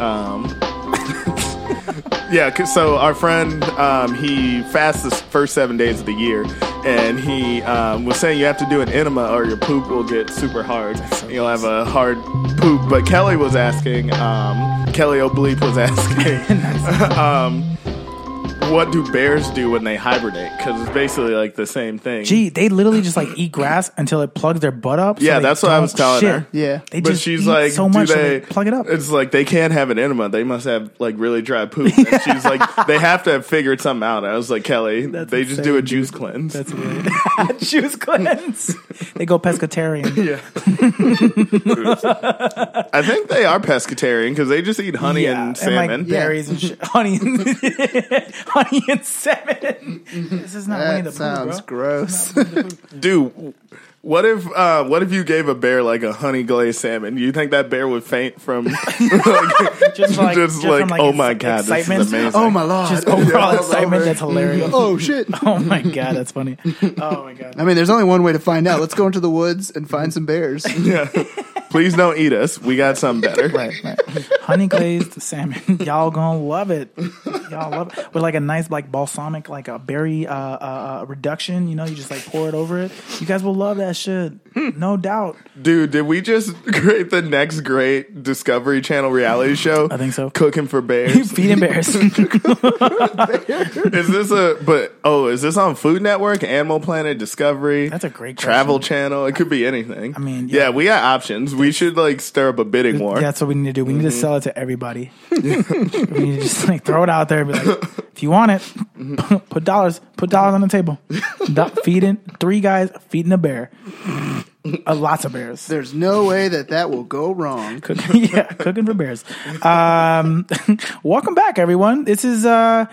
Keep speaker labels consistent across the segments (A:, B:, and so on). A: Um, yeah, 'cause- so our friend, um, he fasts the first seven days of the year, and he um, was saying you have to do an enema or your poop will get super hard. You'll have a hard poop. But Kelly was asking, um, Kelly O'Bleep was asking, um, what do bears do when they hibernate? Because it's basically like the same thing.
B: Gee, they literally just like eat grass until it plugs their butt up. so
A: Yeah,
B: they
A: that's what I
B: don't
A: was telling
B: shit.
A: her.
C: Yeah.
B: They
A: but
B: just
A: she's
B: eat
A: like,
B: so
A: do
B: much so
A: they,
B: they plug it up.
A: It's like they can't have an enema. They must have like really dry poop. And she's like, they have to have figured something out. I was like, Kelly,
B: That's
A: they just do a
B: insane,
A: juice cleanse.
B: That's weird. Juice cleanse. they go pescatarian.
A: yeah. I think they are pescatarian because they just eat honey and salmon.
B: like berries and shit. honey, and honey and salmon. This is not Winnie the
C: That sounds
B: Pooh, bro.
C: gross.
A: Dude, what if uh, what if you gave a bear like a honey glazed salmon? You think that bear would faint from like,
B: Just like,
A: just like,
B: from,
A: oh
B: ex-
A: my god,
B: excitement.
A: this is amazing.
C: oh my lord.
B: Just overall
C: Yeah.
B: excitement. That's hilarious.
C: Oh shit.
B: Oh my god, that's funny. Oh my god.
C: I mean, there's only one way to find out. Let's go into the woods and find some bears.
A: Yeah. Please don't eat us. We got something better.
C: right, right.
B: honey glazed salmon. Y'all gonna love it. Y'all love it with like a nice like balsamic like a berry uh, uh, uh, reduction. You know, you just like pour it over it. You guys will love that shit, no doubt.
A: Dude, did we just create the next great Discovery Channel reality show? I
B: think so.
A: Cooking for bears.
B: Feeding bears.
A: is this a but oh, is this on Food Network, Animal Planet, Discovery?
B: That's a great question.
A: Travel channel. It could be anything. I
B: mean,
A: yeah,
B: yeah.
A: we got options. We should like stir up a bidding war.
B: That's what we need to do. We need to sell it to everybody. we need to just like throw it out there and be like, if you want it, put dollars, put dollars on the table. Do- feeding three guys feeding a bear, uh, lots of bears.
C: There's no way that that will go wrong.
B: Cooking, yeah, cooking for bears. Um, welcome back, everyone. This is uh,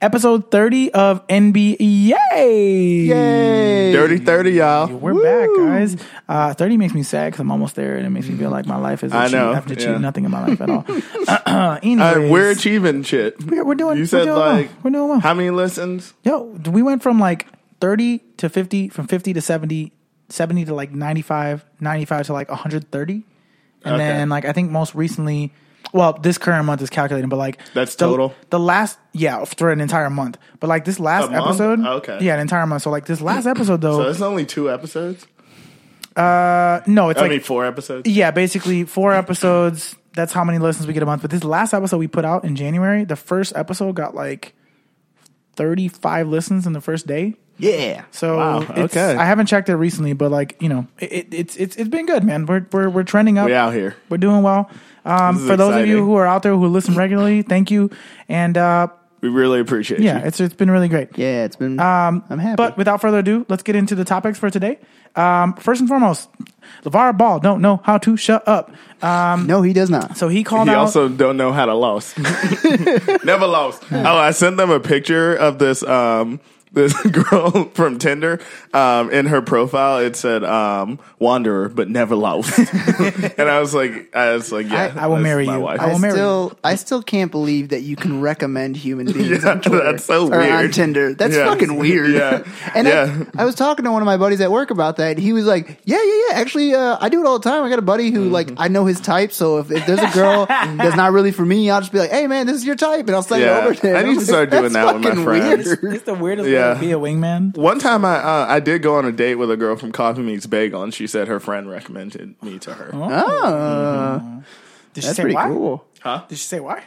B: episode thirty of NBA.
C: Yay!
A: Dirty thirty, y'all.
B: We're back, guys. Uh, 30 makes me sad because I'm almost there and it makes me feel like my life is.
A: I
B: achieved-
A: know,
B: I've achieved
A: yeah.
B: nothing in my life at all.
A: Uh,
B: Anyways,
A: we're achieving shit.
B: we're, we're doing
A: You
B: we're
A: said
B: doing
A: like
B: well. we're doing well.
A: How many listens?
B: Yo, we went from like 30 to 50, from 50 to 70, 70 to like 95, 95 to like 130. And
A: Okay.
B: then like I think most recently, well, this current month is calculating, but like
A: That's
B: the-
A: total?
B: The last yeah, for an entire month. But like this last
A: month? Oh,
B: episode,
A: Okay.
B: yeah, an entire month. So like this last episode
A: So
B: though,
A: it's only two episodes.
B: uh, no, it's
A: I
B: like
A: mean, four episodes.
B: yeah, basically four episodes. That's how many listens we get a month. But this last episode we put out in January, the first episode got like thirty five listens in the first day.
C: Yeah.
B: So
A: Wow,
B: it's-
A: okay.
B: I haven't checked it recently, but like you know, it, it, it's it's it's been good, man. We're we're we're trending up.
A: We out here.
B: We're doing well. Um,
A: This is
B: for those of you
A: exciting.
B: who are out there who listen regularly, thank you. And uh,
A: We really appreciate
B: yeah,
A: you.
B: it's it's been really great.
C: Yeah, it's been. Um, I'm happy.
B: But without further ado, let's get into the topics for today. Um, first and foremost, Levar Ball don't know how to shut up,
C: no, he does not.
B: so he called
A: He
B: out.
A: also don't know how to lose. Never lost. Oh, I sent them a picture of this um this girl from Tinder. Um, in her profile, it said um wanderer but never lost. and I was like, I was like, yeah,
B: I will
A: that's
B: marry
A: my
B: you.
A: wife.
B: I
C: I
B: will marry
C: still, I still can't believe that you can recommend human beings.
A: Yeah,
C: on Twitter
A: that's so
C: or on
A: weird.
C: Tinder. That's
A: Yeah.
C: fucking weird.
A: Yeah.
C: and
A: Yeah.
C: I, I was talking to one of my buddies at work about that. and He was like, "Yeah, yeah, yeah. Actually, uh, I do it all the time. I got a buddy who, like,
A: Mm-hmm.
C: I know his type. So if, if there's a girl that's not really for me, I'll just be like, "Hey, man, this is your type," and I'll slide
A: Yeah.
C: it over to him.
A: I need to start
C: That's
A: doing that with my
C: fucking
A: friends.
C: weird.
B: It's the weirdest
A: Yeah.
B: way to be a wingman.
A: One time, I uh, I did go on a date with a girl from Coffee Meets Bagel, and she said her friend recommended me to her. Mm-hmm.
C: Oh,
B: Did she
C: that's
B: say
C: pretty
B: why?
C: cool.
A: Huh?
B: Did she say why?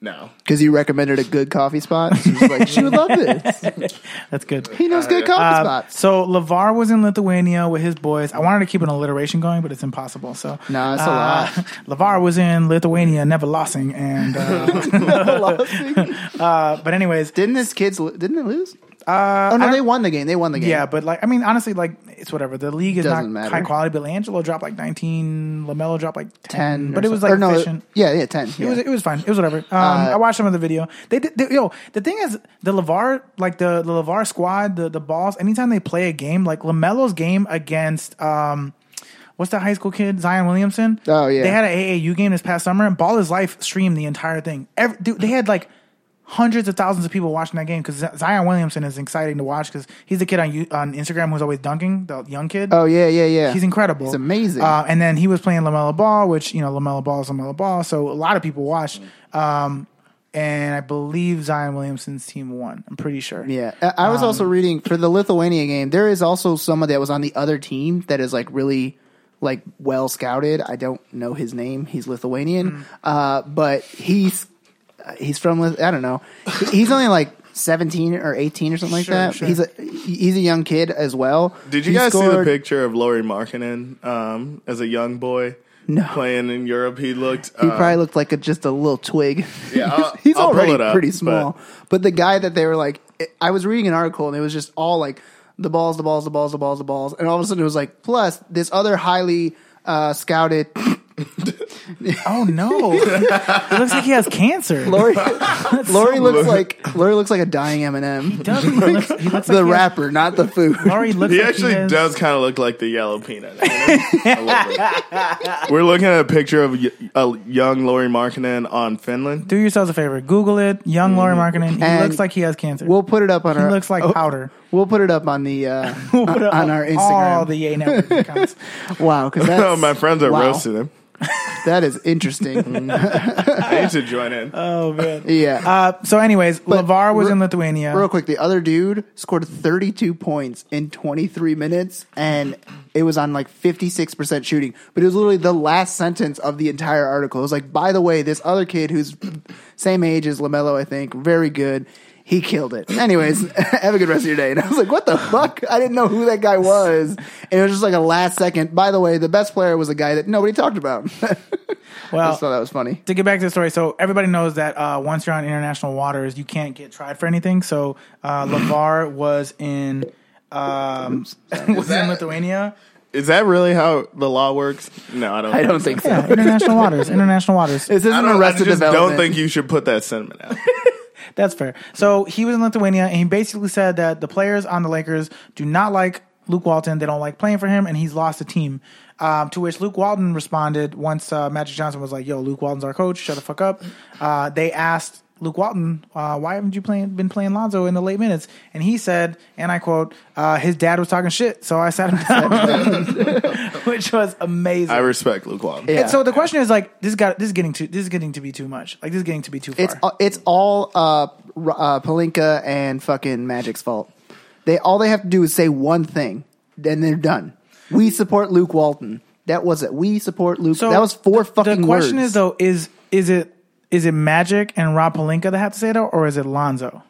A: No,
C: Because you recommended a good coffee spot. She was like, "She would love this.
B: That's good.
C: He knows good coffee
B: Uh,
C: spots."
B: so Lavar was in Lithuania with his boys. I wanted to keep an alliteration going, but it's impossible. So
C: Nah, it's a lot.
B: Lavar was in Lithuania, never losing, and uh, uh, but anyways,
C: Didn't his kids? lo- Didn't they lose? Uh, oh no, they won the game. They won the game.
B: yeah. But like, I mean, honestly, like it's whatever. The league is
C: Doesn't
B: not
C: matter.
B: high quality. But Angelo dropped like nineteen. Lamelo dropped like ten.
C: ten.
B: but
C: or
B: it was
C: so-
B: like
C: or no,
B: efficient.
C: Yeah, yeah, ten. yeah.
B: It was it was fine. It was whatever. Um,
C: Uh,
B: I watched some of the video. They did. They, yo, the thing is, the Levar like the the Levar squad, the the balls. Anytime they play a game, like Lamelo's game against um, what's that high school kid Zion Williamson?
C: Oh, yeah.
B: they had an AAU game this past summer, and Ball is Life streamed the entire thing. Every, dude, they had like hundreds of thousands of people watching that game because Zion Williamson is exciting to watch because he's the kid on you on Instagram who's always dunking, the young kid.
C: Oh yeah, yeah, yeah.
B: He's incredible.
C: He's amazing.
B: Uh, and then he was playing Lamella Ball, which you know Lamella Ball is Lamella Ball, so a lot of people watched. Um, and I believe Zion Williamson's team won. I'm pretty sure.
C: Yeah, I, I was also
B: Um,
C: reading for the Lithuania game. There is also someone that was on the other team that is like really like well scouted. I don't know his name. He's Lithuanian,
B: Mm.
C: uh, but he's uh, he's from Lith- I don't know. He- He's only like. 17 or 18 or something
B: Sure,
C: like that.
B: sure.
C: He's a he's a young kid as well.
A: Did you
C: He
A: guys see the
C: scored-
A: picture of Laurie Markkinen um, as a young boy
C: No.
A: playing in Europe? He looked.
C: He
A: uh,
C: probably looked like a, just a little twig.
A: Yeah, I'll-
C: he's
A: I'll pull
C: already
A: it up,
C: pretty
A: but-
C: small. But, the guy that they were like, I was reading an article and it was just all like the balls, the balls, the balls, the balls, the balls, and all of a sudden it was like, plus this other highly uh, scouted
B: Oh no! it looks like he has cancer.
C: Lori. Lori looks like Lori looks like a dying Eminem.
B: Does he looks, he looks
C: The
B: like he has-
C: rapper, not the food.
B: Laurie looks
A: He
B: like
A: actually
B: has-
A: does kind of look like the yellow peanut. I love it. We're looking at a picture of y- a young Laurie Markkinen on Finland.
B: Do yourselves a favor. Google it. Young Laurie Markkinen. He
C: Mm. And
B: looks like he has cancer.
C: We'll put it up on
B: he
C: our.
B: looks like
C: oh,
B: powder.
C: We'll put it up on the uh,
B: We'll put it
C: on
B: up
C: our
B: All
C: Instagram.
B: the Yay Network accounts.
C: wow, because
A: Oh, my friends are
C: wow.
A: roasting him.
C: that is interesting.
A: I need to join in.
B: Oh man.
C: yeah.
B: Uh, so, anyways, Lavar was
C: re-
B: in Lithuania.
C: Real quick, the other dude scored 32 points in 23 minutes, and it was on like 56% shooting. But it was literally the last sentence of the entire article. It was like, by the way, this other kid who's same age as LaMelo, I think, very good. He killed it. Anyways, have a good rest of your day. And I was like, what the fuck? I didn't know who that guy was. And it was just like a last second. By the way, the best player was a guy that nobody talked about. I
B: well,
C: just thought that was funny.
B: to get back to the story, so everybody knows that uh, once you're on international waters, you can't get tried for anything. So uh, Lavar was in um, was in Lithuania.
A: Is that really how the law works? No, I don't.
C: I don't think so.
B: Yeah, international waters. International waters.
C: This
A: I
C: isn't
A: don't, I
C: arrested
A: just
C: development.
A: don't think you should put that sentiment out.
B: That's fair. So he was in Lithuania, and he basically said that the players on the Lakers do not like Luke Walton. They don't like playing for him, and he's lost the team. Um, to which Luke Walton responded once uh, Magic Johnson was like, "Yo, Luke Walton's our coach. Shut the fuck up." Uh, they asked Luke Walton, uh, "Why haven't you playing been playing Lonzo in the late minutes?" And he said, and I quote, uh, "His dad was talking shit, so I sat him down," which was amazing.
A: I respect Luke Walton.
C: Yeah.
B: And so the question is like, this got this is getting too this is getting to be too much. Like this is getting to be too far.
C: It's it's all uh, R- uh Palinka and fucking Magic's fault. They all they have to do is say one thing, then they're done. We support Luke Walton. That was it. We support Luke. that was four
B: th-
C: fucking
B: The question
C: words.
B: is though, is is it is it Magic and Rob Palinka that have to say that, or is it Lonzo?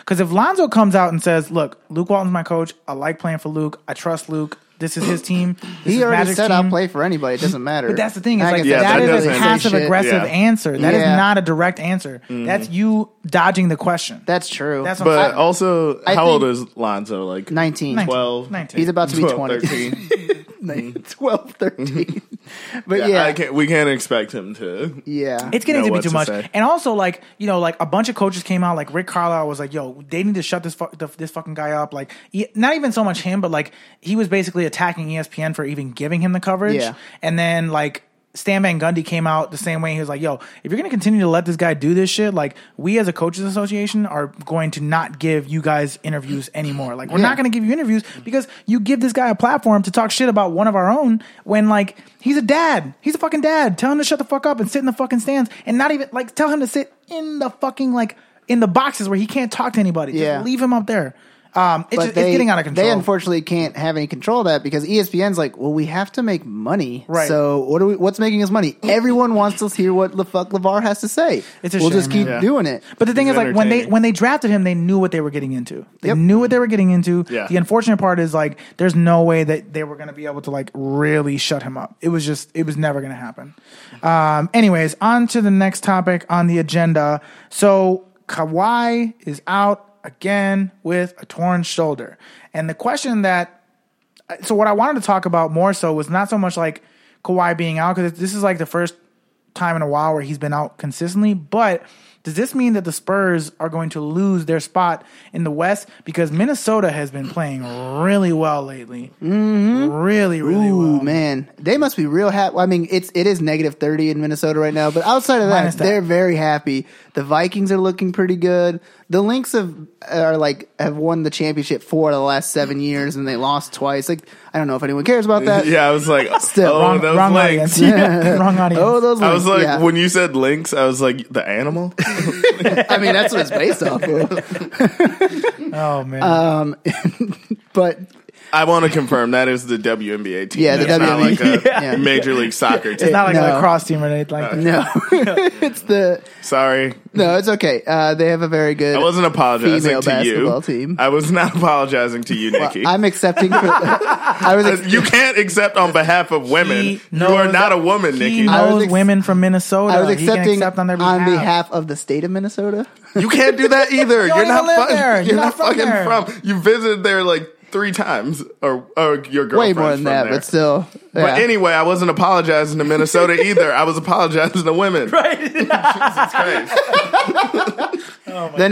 B: Because if Lonzo comes out and says, "Look, Luke Walton's my coach. I like playing for Luke. I trust Luke. This is his team. This
C: he
B: is
C: already
B: Magic's
C: said
B: team."
C: I'll play for anybody. It doesn't matter.
B: But that's the thing. It's
C: And I
B: like
C: can say
A: Yeah,
B: that
A: that
B: is a
A: doesn't-
B: passive aggressive
A: Yeah. Mm.
B: answer. That is
C: Yeah.
B: not a direct answer. That's you dodging the question.
C: That's true.
B: That's what I'm
A: But
B: saying.
A: also,
C: I
A: how old
C: think-
A: is Lonzo? Like
C: 19.
B: 19,
A: 12?
B: 19.
C: He's about to be
A: 12,
C: 20.
A: 13.
C: 12, 13. but yeah,
A: yeah,
C: yeah.
A: I can't, we can't expect him to.
B: It's
A: know
B: getting to be
A: what
B: too
A: to
B: much.
A: say.
B: And also, like you know, like a bunch of coaches came out. Like Rick Carlisle was like, "Yo, they need to shut this fu- the, this fucking guy up." Like, e- not even so much him, but like he was basically attacking E ESPN for even giving him the coverage.
C: Yeah.
B: And then like. Stan Van Gundy came out the same way. He was like, "Yo, if you're going to continue to let this guy do this shit, like we as a coaches association are going to not give you guys interviews anymore. Like we're
C: Yeah.
B: not going to give you interviews because you give this guy a platform to talk shit about one of our own when like he's a dad. He's a fucking dad. Tell him to shut the fuck up and sit in the fucking stands and not even like tell him to sit in the fucking like in the boxes where he can't talk to anybody.
C: Yeah.
B: Just leave him up there. Um, it's,
C: But
B: just, it's getting out of control.
C: They unfortunately can't have any control of that because E ESPN's like, well, we have to make money.
B: Right.
C: So what are we? What's making us money? Everyone wants to hear what the fuck Levar has to say.
B: It's a
C: we'll
B: shame,
C: just keep
B: man.
A: Yeah.
C: doing it.
B: But the thing
A: It's
B: is, like when they
A: entertaining.
B: when they drafted him, they knew what they were getting into. They
C: Yep.
B: knew what they were getting into.
A: Yeah.
B: The unfortunate part is like there's no way that they were going to be able to like really shut him up. It was just it was never going to happen. Um, anyways, on to the next topic on the agenda. So Kawhi is out again with a torn shoulder, and the question that uh, so what I wanted to talk about more so was not so much like Kawhi being out because this is like the first time in a while where he's been out consistently, but Does this mean that the Spurs are going to lose their spot in the West because Minnesota has been playing really well lately? Really, really
C: Mm-hmm. Ooh
B: well.
C: man, they must be real happy. I mean, it's it is negative thirty in Minnesota right now, but outside of that,
B: Minus that.
C: they're very happy. The Vikings are looking pretty good. The Lynx have are like have won the championship four of the last seven years, and they lost twice. Like I don't know if anyone cares about that.
A: yeah, I was like,
C: Still,
A: oh,
B: Wrong,
A: those
B: wrong
A: links.
B: audience. Yeah, wrong audience.
C: Oh, those.
A: I was
C: Lynx,
A: like,
C: yeah.
A: when you said links, I was like, the animal?
C: I mean, that's what it's based off of.
B: Oh, man.
C: Uh, But
A: I want to confirm that is the WNBA team.
C: Yeah, the
A: That's not
C: WNBA.
A: like a
C: Yeah.
A: Major League Soccer team.
B: not like
C: no.
B: a lacrosse team or anything like
A: Uh,
B: that.
C: no, it's the
A: Sorry.
C: no. It's okay. Uh, they have a very good.
A: I wasn't apologizing
C: Female
A: to you.
C: basketball team.
A: I was not apologizing to you, Nikki.
C: uh, I'm accepting. For, I was. ex-
A: you can't accept on behalf of women. You
B: knows-
A: are not a woman,
B: He
A: Nikki.
C: I was
B: knows
C: ex-
B: women from Minnesota.
C: I was
B: He can
C: accepting
B: accept on their behalf.
C: on behalf of the state of Minnesota.
A: You can't do that either.
B: don't
A: You're not,
B: even live
A: fucking.
B: there.
A: You're,
B: You're
A: not,
B: not from
A: fucking
B: there.
A: from. You visited there like three times, or, or your girlfriend.
C: Way more than that, but still.
A: But
C: yeah.
A: anyway, I wasn't apologizing to Minnesota either. I was apologizing to women.
C: then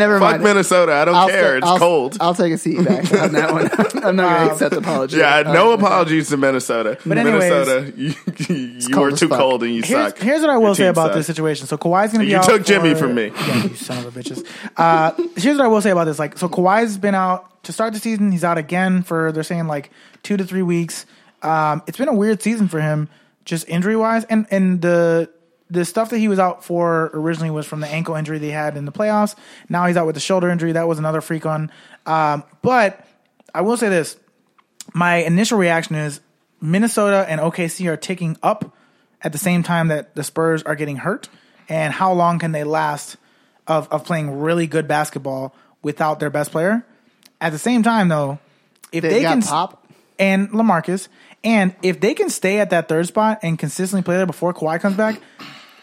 C: never
A: Fuck
C: mind.
A: Minnesota. I don't
C: I'll
A: care.
C: ta-
A: it's
C: I'll-
A: cold.
C: I'll take a seat back on that one. I'm not going to accept apology.
A: yeah, I-
C: Uh,
A: no apologies to Minnesota. But
B: anyways-
A: Minnesota, you, you
C: cold
A: were
C: as
A: too
C: fuck.
A: cold and you
B: Here's,
A: suck.
B: here's what I
A: Your
B: will say
A: team
B: about this
A: sucks.
B: situation. So Kawhi's going to be
A: You
B: out.
A: took Jimmy
B: for-
A: from me.
B: Yeah, you son of a bitches. Uh, here's what I will say about this. Like, so Kawhi's been out to start the season. He's out again for they're saying like two to three weeks. Um, it's been a weird season for him, just injury wise, and and the the stuff that he was out for originally was from the ankle injury they had in the playoffs. Now he's out with the shoulder injury. That was another freak on. Um, but I will say this my initial reaction is Minnesota and OKC are ticking up at the same time that the Spurs are getting hurt. And how long can they last of, of playing really good basketball without their best player? At the same time, though, if
C: They've
B: they
C: got
B: can
C: Pop.
B: and Lamarcus, and if they can stay at that third spot and consistently play there before Kawhi comes back,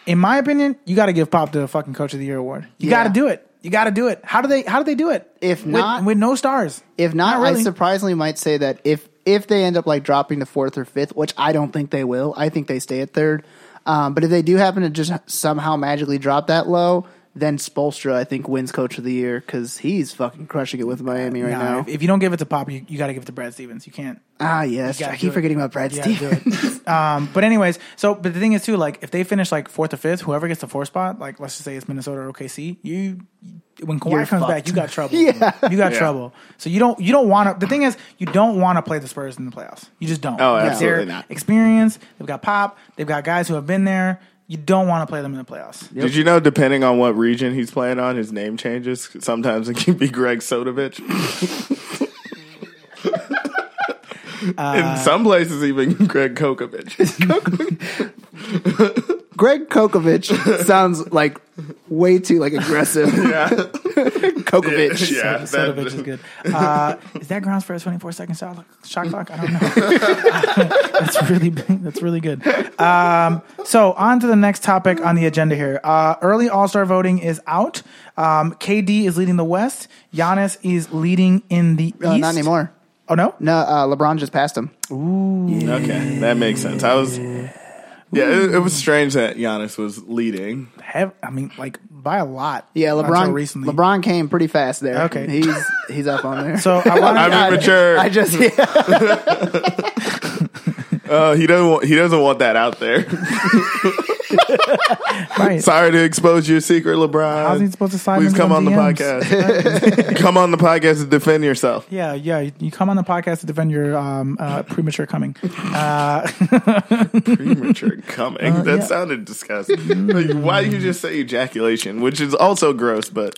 B: in my opinion, you got to give Pop the fucking Coach of the Year award. You got
C: Yeah.
B: to do it. You got to do it. How do they? How do they do it?
C: If
B: With-
C: not-
B: with no stars.
C: If not,
B: Not really.
C: I surprisingly might say that if if they end up like dropping to fourth or fifth, which I don't think they will, I think they stay at third. Um, but if they do happen to just somehow magically drop that low, then Spolstra I think wins Coach of the Year because he's fucking crushing it with Miami right
B: Nah,
C: now.
B: If, if you don't give it to Pop, you, you got to give it to Brad Stevens. You can't.
C: ah yes,
B: gotta
C: I
B: do
C: keep
B: it.
C: forgetting about Brad
B: you gotta do
C: Stevens.
B: it. um, but anyways, so but the thing is too, like if they finish like fourth or fifth, whoever gets the fourth spot, like let's just say it's Minnesota or OKC, you when Kawhi
C: You're
B: comes
C: fucked.
B: back, you got trouble.
C: Yeah.
B: you got
A: Yeah.
B: trouble. So you don't you don't want to. The thing is, you don't want to play the Spurs in the playoffs. You just don't.
A: Oh,
B: They're
A: absolutely not.
B: Experience. They've got Pop. They've got guys who have been there. You don't want to play them in the playoffs.
A: Did you know, depending on what region he's playing on, his name changes? Sometimes it can be Greg Sodovich.
B: Uh,
A: In some places, even Greg Kokovich.
C: Greg Kokovich sounds like way too like aggressive.
A: Yeah.
C: Kokovich.
A: Yeah,
B: Soda
A: that-
B: bitch is good. Uh, is that grounds for a 24 second shot, shot clock? I don't know. that's really big- that's really good. Um, so on to the next topic on the agenda here. Uh, early All Star voting is out. Um, KD is leading the West. Giannis is leading in the
C: Uh,
B: East.
C: not anymore.
B: Oh no.
C: No, uh, LeBron just passed him.
A: Okay, that makes sense. I was. Yeah, it, it was strange that Giannis was leading.
B: Have, I mean, like by a lot.
C: Yeah,
B: Until
C: LeBron.
B: recently.
C: LeBron came pretty fast there.
B: Okay.
C: he's he's up on there.
B: So I want
A: I'm immature.
C: I just
A: Oh, he doesn't. Want, he doesn't want that out there.
B: right.
A: Sorry to expose your secret, LeBron.
B: How's he supposed to slide
A: Please
B: into
A: come
B: them
A: on the
B: DMs?
A: podcast. come on the podcast and defend yourself.
B: Yeah, yeah. You, you come on the podcast to defend your um, uh, premature coming.
A: Premature coming. that
B: Uh, yeah.
A: sounded disgusting. like, why you just say ejaculation, which is also gross, but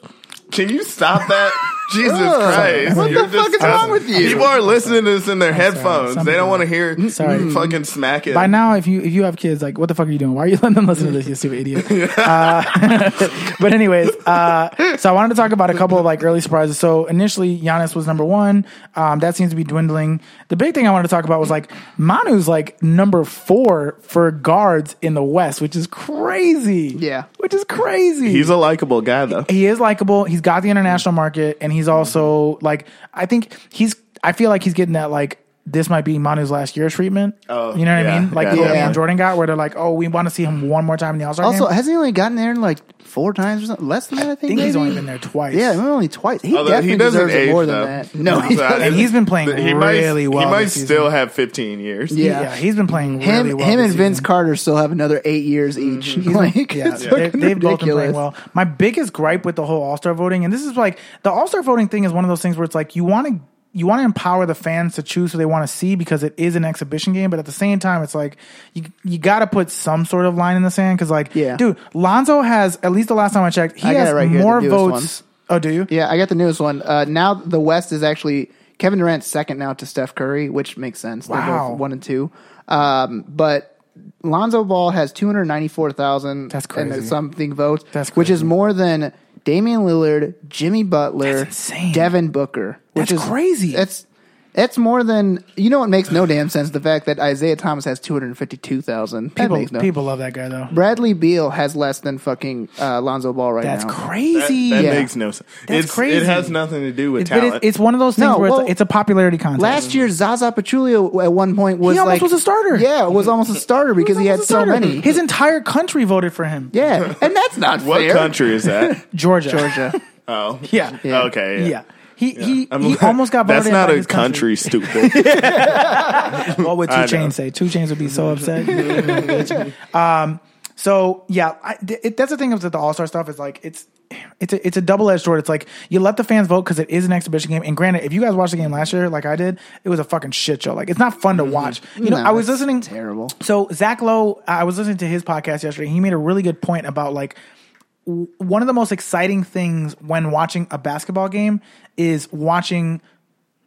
A: can you stop that? Jesus Christ.
C: What the
A: you're
C: fuck is wrong
A: disgusting.
C: with you?
A: People are listening to this in their headphones.
B: Some
A: they don't
B: people-
A: want to hear
B: Sorry.
A: you fucking smacking.
B: By now, if you if you have kids, like what the fuck are you doing? Why are you letting them listen to this, you stupid idiot? Uh, but anyways, uh, so I wanted to talk about a couple of like early surprises. So initially, Giannis was number one. Um, that seems to be dwindling. The big thing I wanted to talk about was like Manu's like number four for guards in the West, which is crazy.
C: Yeah.
B: which is crazy.
A: He's a likable guy, though.
B: he is likable. He's got the international market, and he's also like I think he's. I feel like he's getting that like this might be Manu's last year's treatment.
A: Oh,
B: you know what
A: yeah,
B: I mean? Like
A: gotcha.
B: the one
C: Yeah.
B: Jordan got, where they're like, "Oh, we want to see him one more time in the All Star game."
C: Also, hasn't he only gotten there in like four times or something? Less than that, I think.
B: I think he's
C: maybe?
B: only been there twice.
C: Yeah, maybe only twice. He
A: Although
C: definitely
A: he doesn't
C: deserves it
A: age
C: more
A: though.
C: than that. No,
A: So
C: he
A: I-
C: doesn't.
B: And he's been playing really
A: might,
B: well
A: He might
B: this season.
A: still have 15 years.
C: Yeah.
B: yeah, he's been playing
C: him,
B: really well.
C: him
B: this
C: and Vince
B: season.
C: Carter still have another eight years each. He's like,
B: Mm-hmm. Yeah,
C: it's
B: they,
C: fucking
B: they've both been playing
C: ridiculous.
B: well. My biggest gripe with the whole All Star voting, and this is like the All Star voting thing, is one of those things where it's like you want to you want to empower the fans to choose who they want to see because it is an exhibition game, but at the same time, it's like you you got to put some sort of line in the sand because like,
C: Yeah.
B: dude, Lonzo has at least the last time I checked, he
C: I got
B: has
C: it right here, the
B: more
C: newest
B: votes. Oh, do you?
C: Yeah, I got the newest one. Uh, now the West is actually Kevin Durant's second now to Steph Curry, which makes sense. They're
B: Wow.
C: both one and two. Um, but Lonzo Ball has two hundred ninety four thousand.
B: That's
C: And
B: crazy.
C: something votes.
B: That's
C: which is
B: crazy.
C: more than Damian Lillard, Jimmy Butler,
B: That's insane.
C: Devin Booker. Which
B: That's
C: is
B: crazy.
C: That's that's more than you know. What makes no damn sense? The fact that Isaiah Thomas has two hundred fifty two thousand.
B: People
C: makes no.
B: people love that guy though.
C: Bradley Beal has less than fucking uh, Lonzo Ball right
B: That's
C: now.
A: That,
B: crazy.
A: that
C: Yeah.
A: makes no sense.
B: That's
A: it's,
B: crazy.
A: It has nothing to do with
B: It's- but
A: talent.
B: it's, it's one of those things
C: No,
B: where
C: well,
B: it's, a, it's a popularity contest.
C: Last year, Zaza Pachulia at one point was
B: He almost
C: like
B: was a starter.
C: Yeah, was almost a starter because he, had so many.
B: His entire country voted for him.
C: yeah, and that's not
A: what
C: fair.
A: country is that?
B: Georgia.
C: Georgia.
A: Oh,
B: Yeah.
C: Yeah.
A: Okay.
B: Yeah. He he,
A: I'm
B: he
A: like,
B: almost got voted
A: That's
B: in
A: not
B: by
A: a
B: his
A: country, stupid.
B: What would
A: I
B: Two
A: know.
B: Chains say? Two Chains would be so upset. um, so yeah, I, th- it, that's the thing with the All Star stuff is like it's it's a, it's a double edged sword. It's like you let the fans vote because it is an exhibition game. And granted, if you guys watched the game last year, like I did, it was a fucking shit show. Like it's not fun to
A: Mm-hmm.
B: watch. You know,
C: No,
B: I was
C: that's
B: listening
C: terrible.
B: So Zach Lowe, I was listening to his podcast yesterday. He made a really good point about like w- one of the most exciting things when watching a basketball game is watching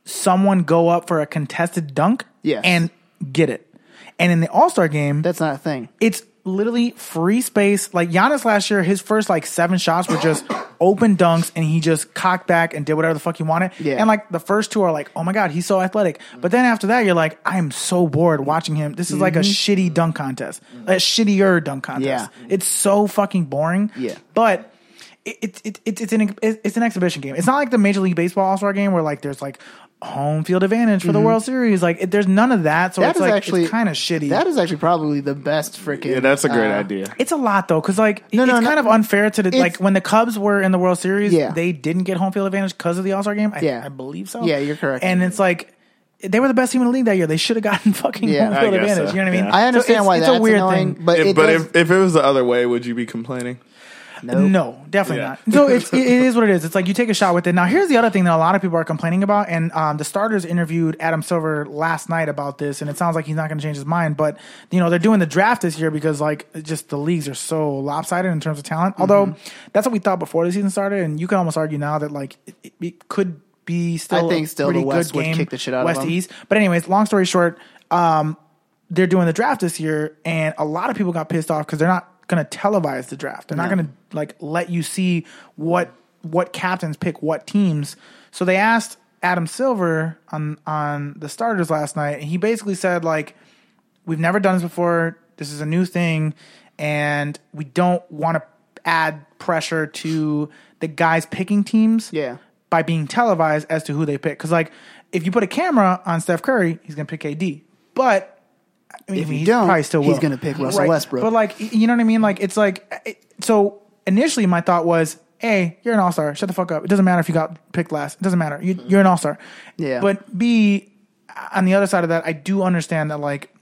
B: someone go up for a contested dunk
C: Yes.
B: and get it. And in the All Star game,
C: That's not a thing.
B: it's literally free space. Like Giannis last year, his first like seven shots were just open dunks, and he just cocked back and did whatever the fuck he wanted.
C: Yeah. Mm-hmm.
B: And like the first two are like, oh my god, he's so athletic. But then after that, you're like, I'm so bored watching him. This is like a shitty dunk contest, a shittier dunk contest.
C: Mm-hmm. Yeah.
B: It's so fucking boring.
C: Yeah.
B: But it, it, it, it's it's an it's an exhibition game. It's not like the Major League Baseball All Star game where like there's like home field advantage for the World Series. Like it, there's none of that. So
C: Mm-hmm. That
B: it's
C: is
B: like
C: actually
B: it's kind of shitty.
C: That is actually probably the best freaking.
A: yeah, that's a great
C: uh,
A: idea.
B: It's a lot though, because like
C: No, no,
B: it's
C: no.
B: kind of unfair to the
C: It's-
B: like when the Cubs were in the World Series,
C: Yeah.
B: they didn't get home field advantage because of the All Star game. I,
C: Yeah.
B: I believe so.
C: Yeah, you're correct.
B: And it's like they were the best team in the league that year. They should have gotten fucking
C: Yeah.
B: home
C: I
B: field
A: guess
B: advantage.
A: so.
B: You know what I mean?
A: Yeah.
C: I understand
B: So
C: why
B: it's,
C: that's
B: it's a weird
C: annoying,
B: thing.
C: but
A: If-
C: it
A: but
C: does,
A: if, if it was the other way, would you be complaining?
C: nope.
B: No, definitely
A: Yeah.
B: not. So it's, it is what it is. It's like you take a shot with it. Now, here's the other thing that a lot of people are complaining about, and um, the starters interviewed Adam Silver last night about this, and it sounds like he's not going to change his mind. But you know, they're doing the draft this year because like it just the leagues are so lopsided in terms of talent. Although that's what we thought before the season started, and you can almost argue now that like it, it- it could be still.
C: I think
B: a
C: still the
B: pretty
C: West
B: good
C: would
B: game,
C: kick the shit out of
B: West
C: them.
B: to East. But anyways, long story short, um, they're doing the draft this year, and a lot of people got pissed off because they're not going to televise the draft. They're not
C: No.
B: going to like let you see what what captains pick what teams. So they asked Adam Silver on on the starters last night, and he basically said like, "We've never done this before. This is a new thing, and we don't want to add pressure to the guys picking teams."
C: Yeah.
B: by being televised as to who they pick. Because like, if you put a camera on Steph Curry, he's gonna pick KD. But I mean,
C: If you
B: he's
C: don't,
B: probably still
C: he's
B: will.
C: gonna pick Russell Westbrook.
B: But like, y- you know what I mean? Like, it's like it, so. Initially, my thought was, "Hey, you're an all star. Shut the fuck up. It doesn't matter if you got picked last. It doesn't matter. You, you're an all star."
C: Yeah.
B: But B, on the other side of that, I do understand that like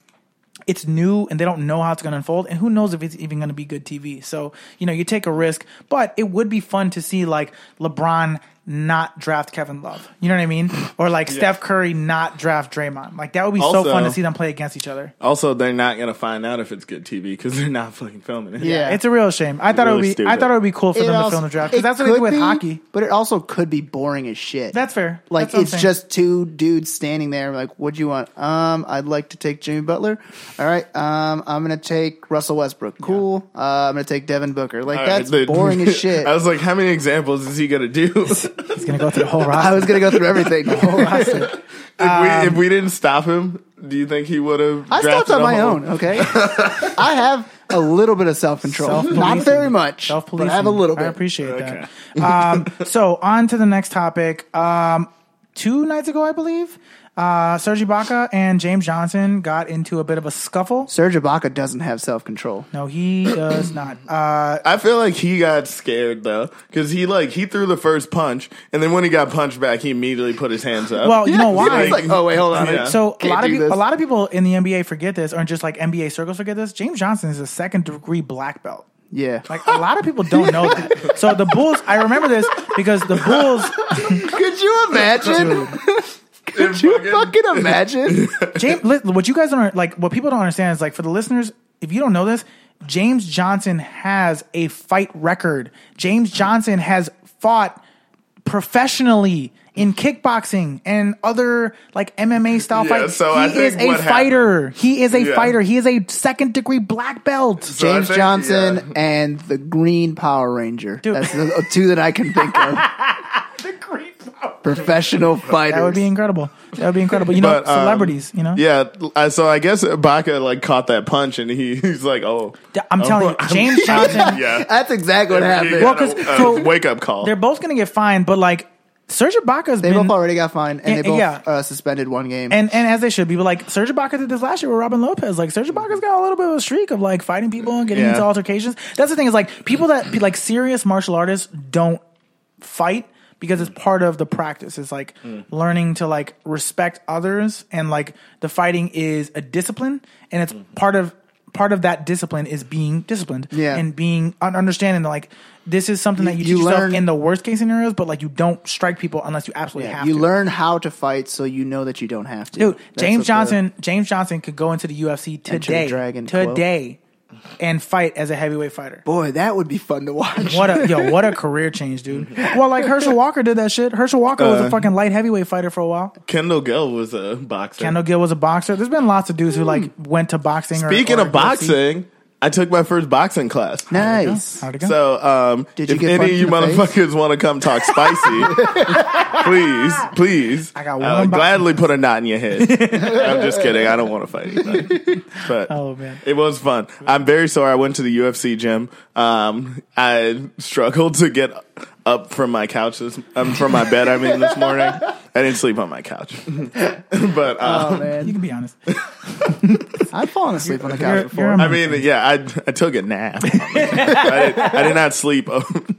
B: it's new and they don't know how it's going to unfold and who knows if it's even going to be good TV. So, you know, you take a risk, but it would be fun to see like LeBron not draft Kevin Love. You know what I mean? Or like Steph Curry not draft Draymond. Like that would be so
A: Also-
B: fun to see them play against each other.
A: Also, they're not gonna find out if it's good TV because they're not fucking filming it.
C: Yeah.
B: It's a real shame. I thought it would
A: Really
B: be I
A: stupid.
B: thought it would be cool for them to
C: also-
B: film the draft
C: it
B: cuz that's what they do
C: could
B: with
C: be,
B: hockey.
C: but it also could be boring as shit.
B: That's fair.
C: Like
B: That's what I'm
C: it's
B: saying.
C: just two dudes standing there. Like, what do you want? Um, I'd like to take Jimmy Butler. All right. Um, I'm gonna take Russell Westbrook. Cool. Uh, I'm gonna take Devin Booker. Like
A: All right,
C: that's
A: the-
C: boring as shit.
A: I was like, how many examples is he gonna do? if,
B: He's going to go through the whole roster.
C: I was gonna go through everything.
A: we, if we didn't stop him, do you think he would have?
C: Um, I stopped on my own. Okay. I have a little bit of self control. Not
B: Self-policing.
C: very much.
B: Self
C: But
B: policing.
C: I have a little
B: I
C: bit.
B: appreciate that. um, so on to the next topic. Um, two nights ago, I believe, Uh, Serge Ibaka and James Johnson got into a bit of a scuffle.
C: Serge Ibaka doesn't have self control.
B: No, he does not. Uh,
A: I feel like he got scared though, because he like he threw the first punch, and then when he got punched back, he immediately put his hands up.
B: well, you know why?
A: He's like, oh wait, hold on.
B: Right.
A: Yeah.
B: So a
C: Can't
B: lot of
C: do
B: people,
C: this.
B: a lot of people in the NBA forget this, or just like NBA circles forget this. James Johnson is a second degree black belt.
C: Yeah.
B: Like a lot of people don't know that. So the Bulls, I remember this because the Bulls,
C: Could you imagine? Could you fucking imagine?
B: James, li- what you guys don't like, what people don't understand is like for the listeners, if you don't know this, James Johnson has a fight record. James Johnson has fought professionally in kickboxing and other like MMA style
A: Yeah,
B: fights.
A: so
B: he
A: I think
B: is a
A: what
B: fighter. He is a
A: Yeah.
B: fighter. He is a second degree black belt.
A: I
C: James
A: think,
C: Johnson and the Green Power Ranger. That's the two that I can think of. Professional fighters.
B: That would be incredible. That would be incredible. You
A: But,
B: know,
A: um,
B: celebrities. you know,
A: Yeah, I- so I guess Ibaka like caught that punch, and he, he's like, "Oh,
B: I'm telling you, James Johnson.
A: yeah." Uh,
C: That's exactly what happened.
B: Well, 'cause- so-
A: wake up call.
B: They're both going to get fined, but like Serge Ibaka's
C: They
B: been
C: both already got fined, and
B: Yeah,
C: they both
B: yeah.
C: uh, suspended one game.
B: and and as they should be. But like Serge Ibaka did this last year with Robin Lopez. Like Serge Ibaka's got a little bit of a streak of like fighting people and getting
A: Yeah.
B: into altercations. That's the thing is like people that be like serious martial artists don't fight because it's part of the practice. It's like learning to like respect others and like the fighting is a discipline and it's part of part of that discipline is being disciplined
C: Yeah.
B: and being un- understanding that like this is something that you,
C: you
B: teach yourself
C: learn-
B: in the worst case scenarios, but like you don't strike people unless you absolutely have
C: you
B: to.
C: learn how to fight, so you know that you don't have to.
B: Dude,
C: That's what
B: James
C: the-
B: Johnson, James Johnson could go into the UFC
C: the
B: today,
C: Dragon quote.
B: today, and fight as a heavyweight fighter.
C: boy, that would be fun to watch.
B: What a yo, what a career change, dude. Well, like Herschel Walker did that shit. Herschel Walker was
A: Uh,
B: a fucking light heavyweight fighter for a while.
A: Kendall Gill was a boxer.
B: Kendall Gill was a boxer. There's been lots of dudes who like went to boxing. or-
A: Hmm. Speaking
B: or
A: of
B: UFC.
A: boxing, I took my first boxing class.
C: nice.
B: how'd it go?
A: So, um,
C: Did you
A: if
C: get
A: any
C: punched
A: of you
C: in the face?
A: motherfuckers want to come talk spicy, please, please, I
B: got one
A: I'll
B: boxing
A: gladly put a knot in your head. I'm just kidding. I don't want to fight anybody. But
B: Oh, man.
A: it was fun. I'm very sorry. I went to the UFC gym. Um, I struggled to get up from my couch this, um, from my bed. I mean, this morning I didn't sleep on my couch, but um,
C: Oh
B: you
C: man,
B: can be honest.
C: I've fallen asleep on the
B: You're-
C: couch
B: you're
C: before.
B: a-
A: I mean, yeah, I I took a nap. I, did, I did not sleep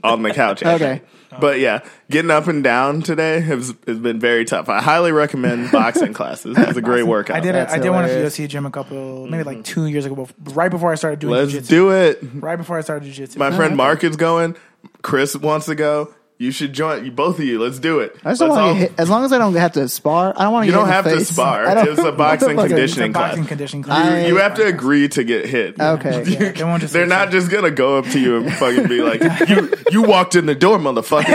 A: on the couch. actually.
C: Okay.
A: But yeah, getting up and down today has, has been very tough. I highly recommend boxing classes. It's a great workout.
B: I did it.
C: That's
B: I did one at the
C: hilarious.
B: UFC gym a couple, maybe like two years ago, bef- right before I started doing
A: Mm-hmm. Let's
B: jiu-jitsu.
A: do it.
B: Right before I started jiu-jitsu.
A: My friend Mark is going. Chris wants to go. You should join. You both of you. Let's do it.
C: I just
A: Let's
C: don't want
A: all-
C: to get hit. As long as I don't have to spar, I don't want to.
A: You
C: get
A: don't
C: hit in
A: have
C: the
A: to
C: face.
A: spar.
C: I don't-
A: It's a
C: what the
A: boxing
C: fuck?
A: conditioning class.
B: boxing conditioning
C: I-
B: class.
A: You have to agree to get hit.
C: Okay.
B: Yeah, they won't just
A: They're not just gonna go up to you and fucking be like, "You, you walked in the door, motherfucker."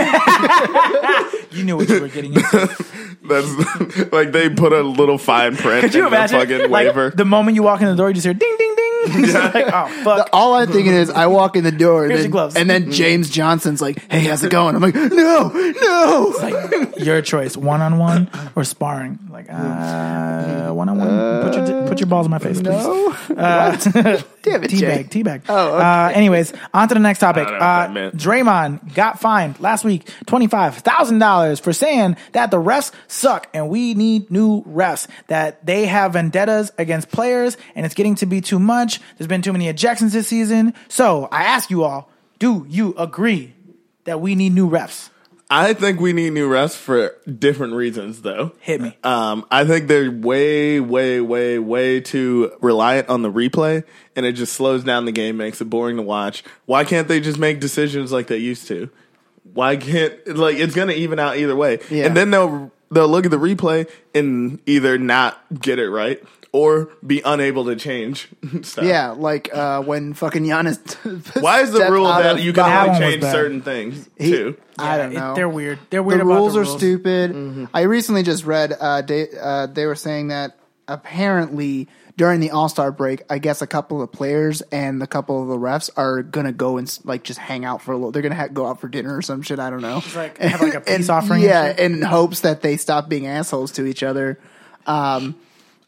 B: You knew what you were getting into.
A: That's like they put a little fine print
B: Could you
A: in the
B: imagine?
A: fucking
B: like,
A: waiver.
B: The moment you walk in the door, you just hear ding, ding, ding. It's like, oh, fuck.
C: All I'm thinking is, I walk in the door, and
B: Here's your
C: then,
B: gloves. Mm-hmm.
C: and then James Johnson's like, "Hey, how's it going?" I'm like, "No, no."
B: Like, your choice, one on one or sparring. Like, uh, one on one. Put your put your balls in my face,
C: no.
B: please. Uh,
C: Damn it, Jay.
B: teabag, teabag.
C: Oh, okay.
B: Uh, anyways, on to the next
A: I
B: topic.
A: don't know what that
B: Uh,
A: meant.
B: Draymond got fined last week twenty five thousand dollars for saying that the refs suck and we need new refs. That they have vendettas against players and it's getting to be too much. There's been too many ejections this season. So I ask you all, do you agree that we need new refs?
A: I think we need new refs for different reasons, though.
B: Hit me.
A: Um, I think they're way, way, way, way too reliant on the replay, and it just slows down the game, makes it boring to watch. Why can't they just make decisions like they used to? Why can't like it's gonna even out either way,
C: Yeah.
A: and then they'll they'll look at the replay and either not get it right or be unable to change stuff.
C: Yeah, like uh, when fucking Giannis.
A: Why is the
C: stepped
A: rule
C: out
A: that
C: of
A: you can
B: That
A: only
B: one was
A: change
B: bad.
A: certain things
C: He-
A: too?
C: I don't
B: Yeah, it-
C: know.
B: they're weird. They're weird
C: The
B: about
C: rules
B: the
C: are
B: rules. Mm-hmm.
C: stupid. I recently just read. Uh, they, uh, they were saying that apparently during the All Star break, I guess a couple of the players and a couple of the refs are gonna go and s- like just hang out for a little. They're gonna ha- go out for dinner or some shit. I don't know.
B: like have like a peace
C: And-
B: offering. and
C: Yeah,
B: shit.
C: in hopes that they stop being assholes to each other. Um,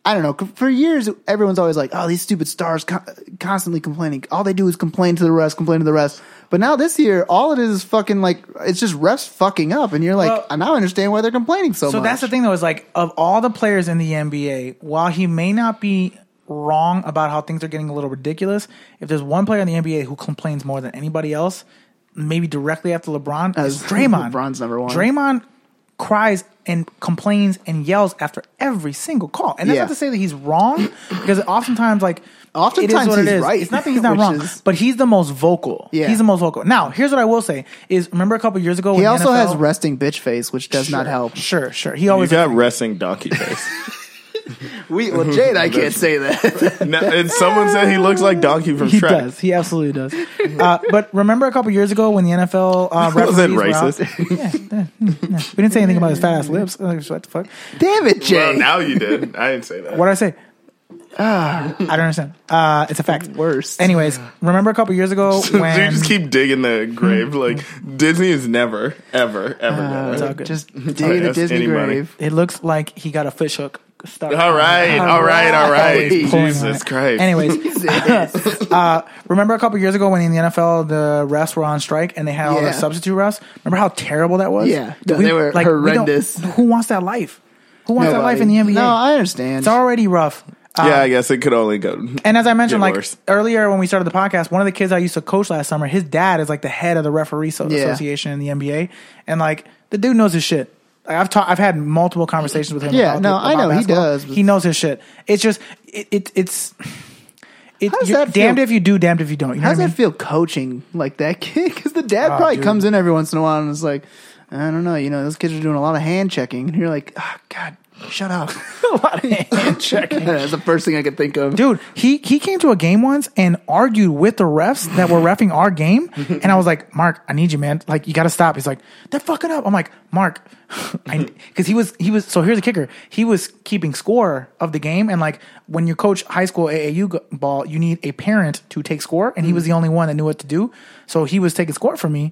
C: I don't know. For years, everyone's always like, "Oh, these stupid stars con- constantly complaining. All they do is complain to the rest, complain to the rest." But now this year, all it is is fucking like it's just refs fucking up, and you're like,
B: Well-
C: I now understand why they're complaining so,
B: So
C: much.
B: that's the thing, though, is like of all the players in the NBA, while he may not be wrong about how things are getting a little ridiculous, if there's one player in the NBA who complains more than anybody else, maybe directly after LeBron,
C: As
B: is Draymond.
C: LeBron's number one.
B: Draymond cries and complains and yells after every single call, and that's
C: Yeah.
B: not to say that he's wrong, because oftentimes, like.
C: Oftentimes
B: it is what it
C: he's
B: is.
C: right,
B: It's not that he's not
C: which
B: wrong,
C: is-
B: but he's the most vocal.
C: Yeah.
B: He's the most vocal. Now, here's what I will say: is remember a couple years ago when
C: he
B: the
C: also has
B: NFL
C: resting bitch face, which does not help.
B: Sure, sure. He
A: You
B: always
A: got resting donkey face.
C: We well, Jade, I can't say that.
A: no, and someone said he looks like Donkey from
B: He
A: Shrek.
B: does. He absolutely does. uh, but remember a couple years ago when the NFL uh,
A: Wasn't
B: referees were out- yeah, yeah, yeah. we didn't say anything about his fat ass lips. Uh, what the fuck?
C: Damn it, Jade.
A: Well, now you did. I didn't say that.
B: What did I say? Ah, I don't understand. Uh, it's a fact.
C: Worst.
B: Anyways, remember a couple years ago
A: Do
B: when Hmm.
A: you just keep digging the grave? Like Disney is never, ever, ever.
B: it's all
A: gonna.
B: good.
C: Just dig
A: Sorry,
C: in a
A: that's
C: Disney
A: anybody.
C: grave.
B: it looks like he got a fish hook. stuck.
A: All right, all right, all right.
C: Alright.
B: Pulling on
A: Jesus
B: it.
A: Christ.
B: Anyways, Uh, remember a couple years ago when in the NFL the refs were on strike and they had all
C: Yeah.
B: the substitute refs. Remember how terrible that was?
C: Yeah.
B: Dude,
C: No, they were
B: we don't-
C: horrendous.
B: who wants that life? Who wants that life in the NBA?
C: No, I understand.
B: it's already rough. Um,
A: yeah, I guess it could only go.
B: And as I mentioned,
A: Get
B: like
A: worse.
B: earlier when we started the podcast, one of the kids I used to coach last summer, his dad is like the head of the referee so-
C: Yeah.
B: association in the NBA, and like the dude knows his shit. Like, I've taught, I've had multiple conversations with him.
C: Yeah,
B: about-
C: no,
B: about
C: I know, he
B: basketball.
C: does, but-
B: He knows his shit. It's just it, it it's. It,
C: How does
B: you're
C: that feel-
B: damned if you do, damned if you don't. You know
C: How does
B: what I mean?
C: that feel coaching like that kid? Because the dad probably
B: dude.
C: comes in every once in a while and is like, I don't know, you know, those kids are doing a lot of hand checking, and you're like, oh, God, shut up.
B: a lot of hand checking.
C: That's the first thing I could think of.
B: Dude, he he came to a game once and argued with the refs that were refing our game, and I was like, "Mark, I need you, man. Like, you got to stop." He's like, "They're fucking up." I'm like, "Mark," because he was he was. So here's the kicker: he was keeping score of the game, and like when you coach high school AAU g- ball, you need a parent to take score, and he was the only one that knew what to do, so he was taking score for me.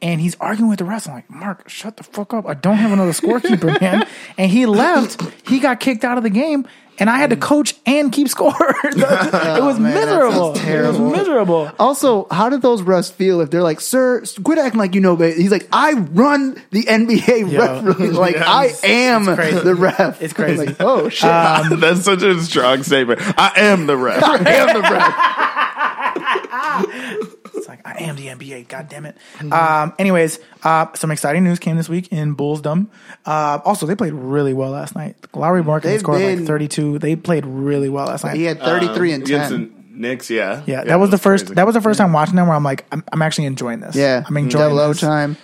B: And he's arguing with the refs. I'm like, Mark, shut the fuck up. I don't have another scorekeeper, man. And he left. He got kicked out of the game, and I had to coach and keep score. it was
C: man, that
B: miserable.
C: sounds
B: It was
C: Oh, terrible. Oh.
B: miserable.
C: Also, how did those refs feel if they're like, "Sir, quit acting like you know"? ba-" He's like, "I run the NBA
B: Yeah.
C: referee. Like, I am
B: crazy.
C: the ref.
B: It's crazy.
C: Like, oh shit!
B: um,
A: That's such a strong statement. I am the ref.
C: I am the ref.
B: It's like I am the NBA. God damn it. Um, anyways, uh, some exciting news came this week in Bullsdom. Uh, also, they played really well last night. Lowry Market
C: They've
B: scored
C: been-
B: like 32. They played really well last night.
C: He had thirty-three and ten.
A: Um, Against the Knicks, yeah.
B: yeah, that was the first.
A: crazy.
B: That was the first time watching them where I'm like, I'm, I'm actually enjoying this.
C: yeah, Mm,
B: I'm enjoying
C: low
B: this.
C: time.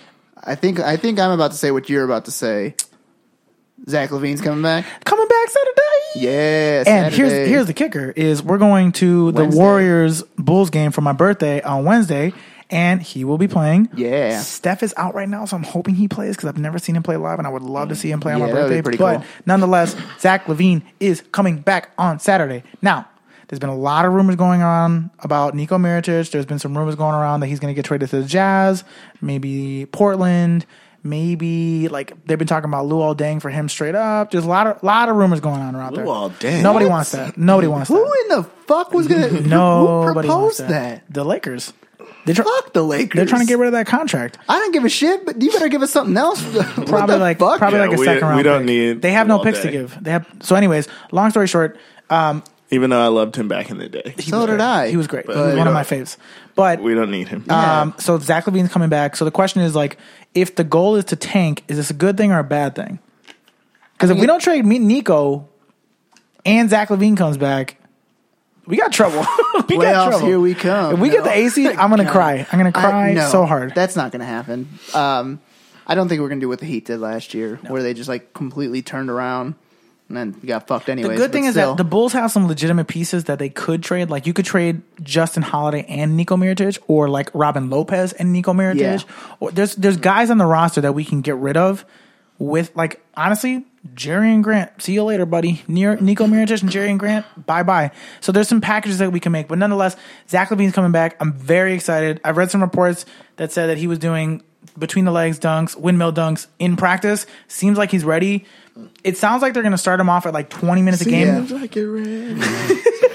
C: I think. I think I'm about to say what you're about to say. Zach Levine's coming back.
B: Coming back Saturday.
C: Yeah.
B: And
C: Saturday.
B: here's here's the kicker: is we're going to the
C: Wednesday.
B: Warriors Bulls game for my birthday on Wednesday, and he will be playing.
C: Yeah.
B: Steph is out right now, so I'm hoping he plays because I've never seen him play live, and I would love to see him play on
C: Yeah,
B: my
C: that would be
B: birthday.
C: pretty
B: but
C: cool.
B: nonetheless, Zach Levine is coming back on Saturday. Now, there's been a lot of rumors going on about Nico Miritich. There's been some rumors going around that he's going to get traded to the Jazz, maybe Portland. Maybe like they've been talking about Luol Deng for him straight up. There's a lot of lot of rumors going on around there.
A: Luol Deng.
B: Nobody
A: What?
B: wants that. Nobody wants
C: who
B: that.
C: in the fuck was gonna who- who
B: Nobody wants
C: proposed
B: that.
C: that?
B: The Lakers. They're, tr-
C: Fuck the Lakers.
B: they're trying to get rid of that contract.
C: I don't give a shit, but you better give us something else. What
B: Probably
C: the
B: like
C: fuck?
B: probably
A: Yeah,
B: like a
A: we-
B: second
A: we
B: round.
A: don't
B: pick.
A: need
B: They have no
A: Luol
B: picks to
A: Deng.
B: give. They have so. Anyways, long story short, um,
A: Even though I loved him back in the day,
B: he
C: So
B: was
C: did
B: great.
C: I,
B: He was great.
C: but
B: he was
A: we
B: one of my
A: don't-
B: faves. But
A: we don't need him.
C: Uh,
B: um, so Zach Levine's coming back. So the question is like, if the goal is to tank, is this a good thing or a bad thing? Because if we don't trade me Nico, and Zach Levine comes back. We got trouble. we
C: Playoffs,
B: got trouble.
C: here we come.
B: If we get
C: No.
B: the AC, I'm gonna cry. I'm gonna
C: I-
B: cry
C: no,
B: so hard.
C: That's not going to happen. Um, I don't think we're going to do what the Heat did last year, where they just like completely turned around and then got fucked anyway.
B: The good thing is that the Bulls have some legitimate pieces that they could trade. Like you could trade Justin Holiday and Nico Miritich, or like Robin Lopez and Nico Miritich. Or there's there's guys on the roster that we can get rid of with like honestly, Jerry and Grant. See you later, buddy. Near Nico Miritich and Jerry and Grant. Bye bye. So there's some packages that we can make, but nonetheless, Zach Levine's coming back. I'm very excited. I've read some reports that said that he was doing between the legs dunks, windmill dunks in practice. Seems like he's ready. It sounds like they're going to start him off at like 20 minutes a game.
C: yeah.
A: like you're red.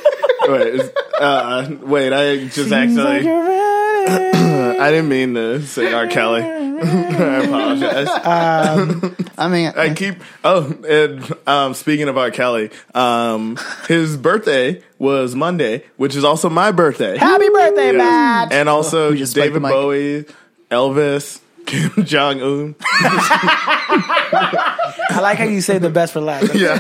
A: wait, is- uh, wait, I just
B: Seems
A: actually.
B: like you're ready.
A: I didn't mean to say R. Kelly. I apologize.
C: I mean,
A: I keep. Oh, and um, speaking of R. Kelly, um, his birthday was Monday, which is also my birthday.
B: Happy birthday,
A: Yes.
B: Matt.
A: And also
C: We just spiked
A: David
C: the mic.
A: Bowie, Elvis, Kim Jong Un.
B: I like how you say the best for last. That's,
A: Yeah.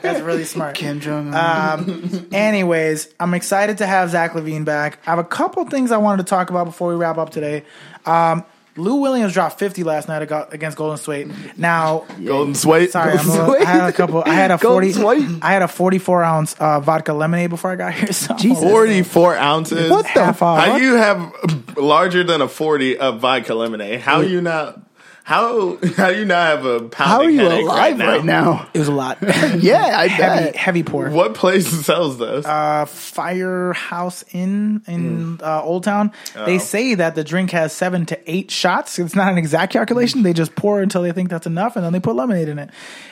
B: that's really smart.
C: Kim Jong Un.
B: Ah,
C: Mm-hmm.
B: Anyways, I'm excited to have Zach Levine back. I have a couple things I wanted to talk about before we wrap up today. Um, Lou Williams dropped 50 last night ag- against Golden State. Now,
A: Golden Sweat.
B: sorry, I'm a little, I had a couple. I had a
C: Golden
B: 40.
C: State.
B: I had a 44 ounce uh, vodka lemonade before I got here. So
C: Jesus.
A: Forty-four ounces.
C: What the
B: half off.
A: How you have larger than a forty of vodka lemonade? How you not? How how you not have a pound?
C: How are you
A: headache
C: alive right now?
B: It was a lot.
C: Yeah, I
B: heavy,
C: bet.
B: heavy pour.
A: What place sells those?
B: uh, Firehouse Inn in
C: Hmm.
B: uh, Old Town.
C: Oh.
B: They say that the drink has seven to eight shots. It's not an exact
C: Hmm.
B: calculation. They just pour until they think that's enough, and then they put lemonade in it.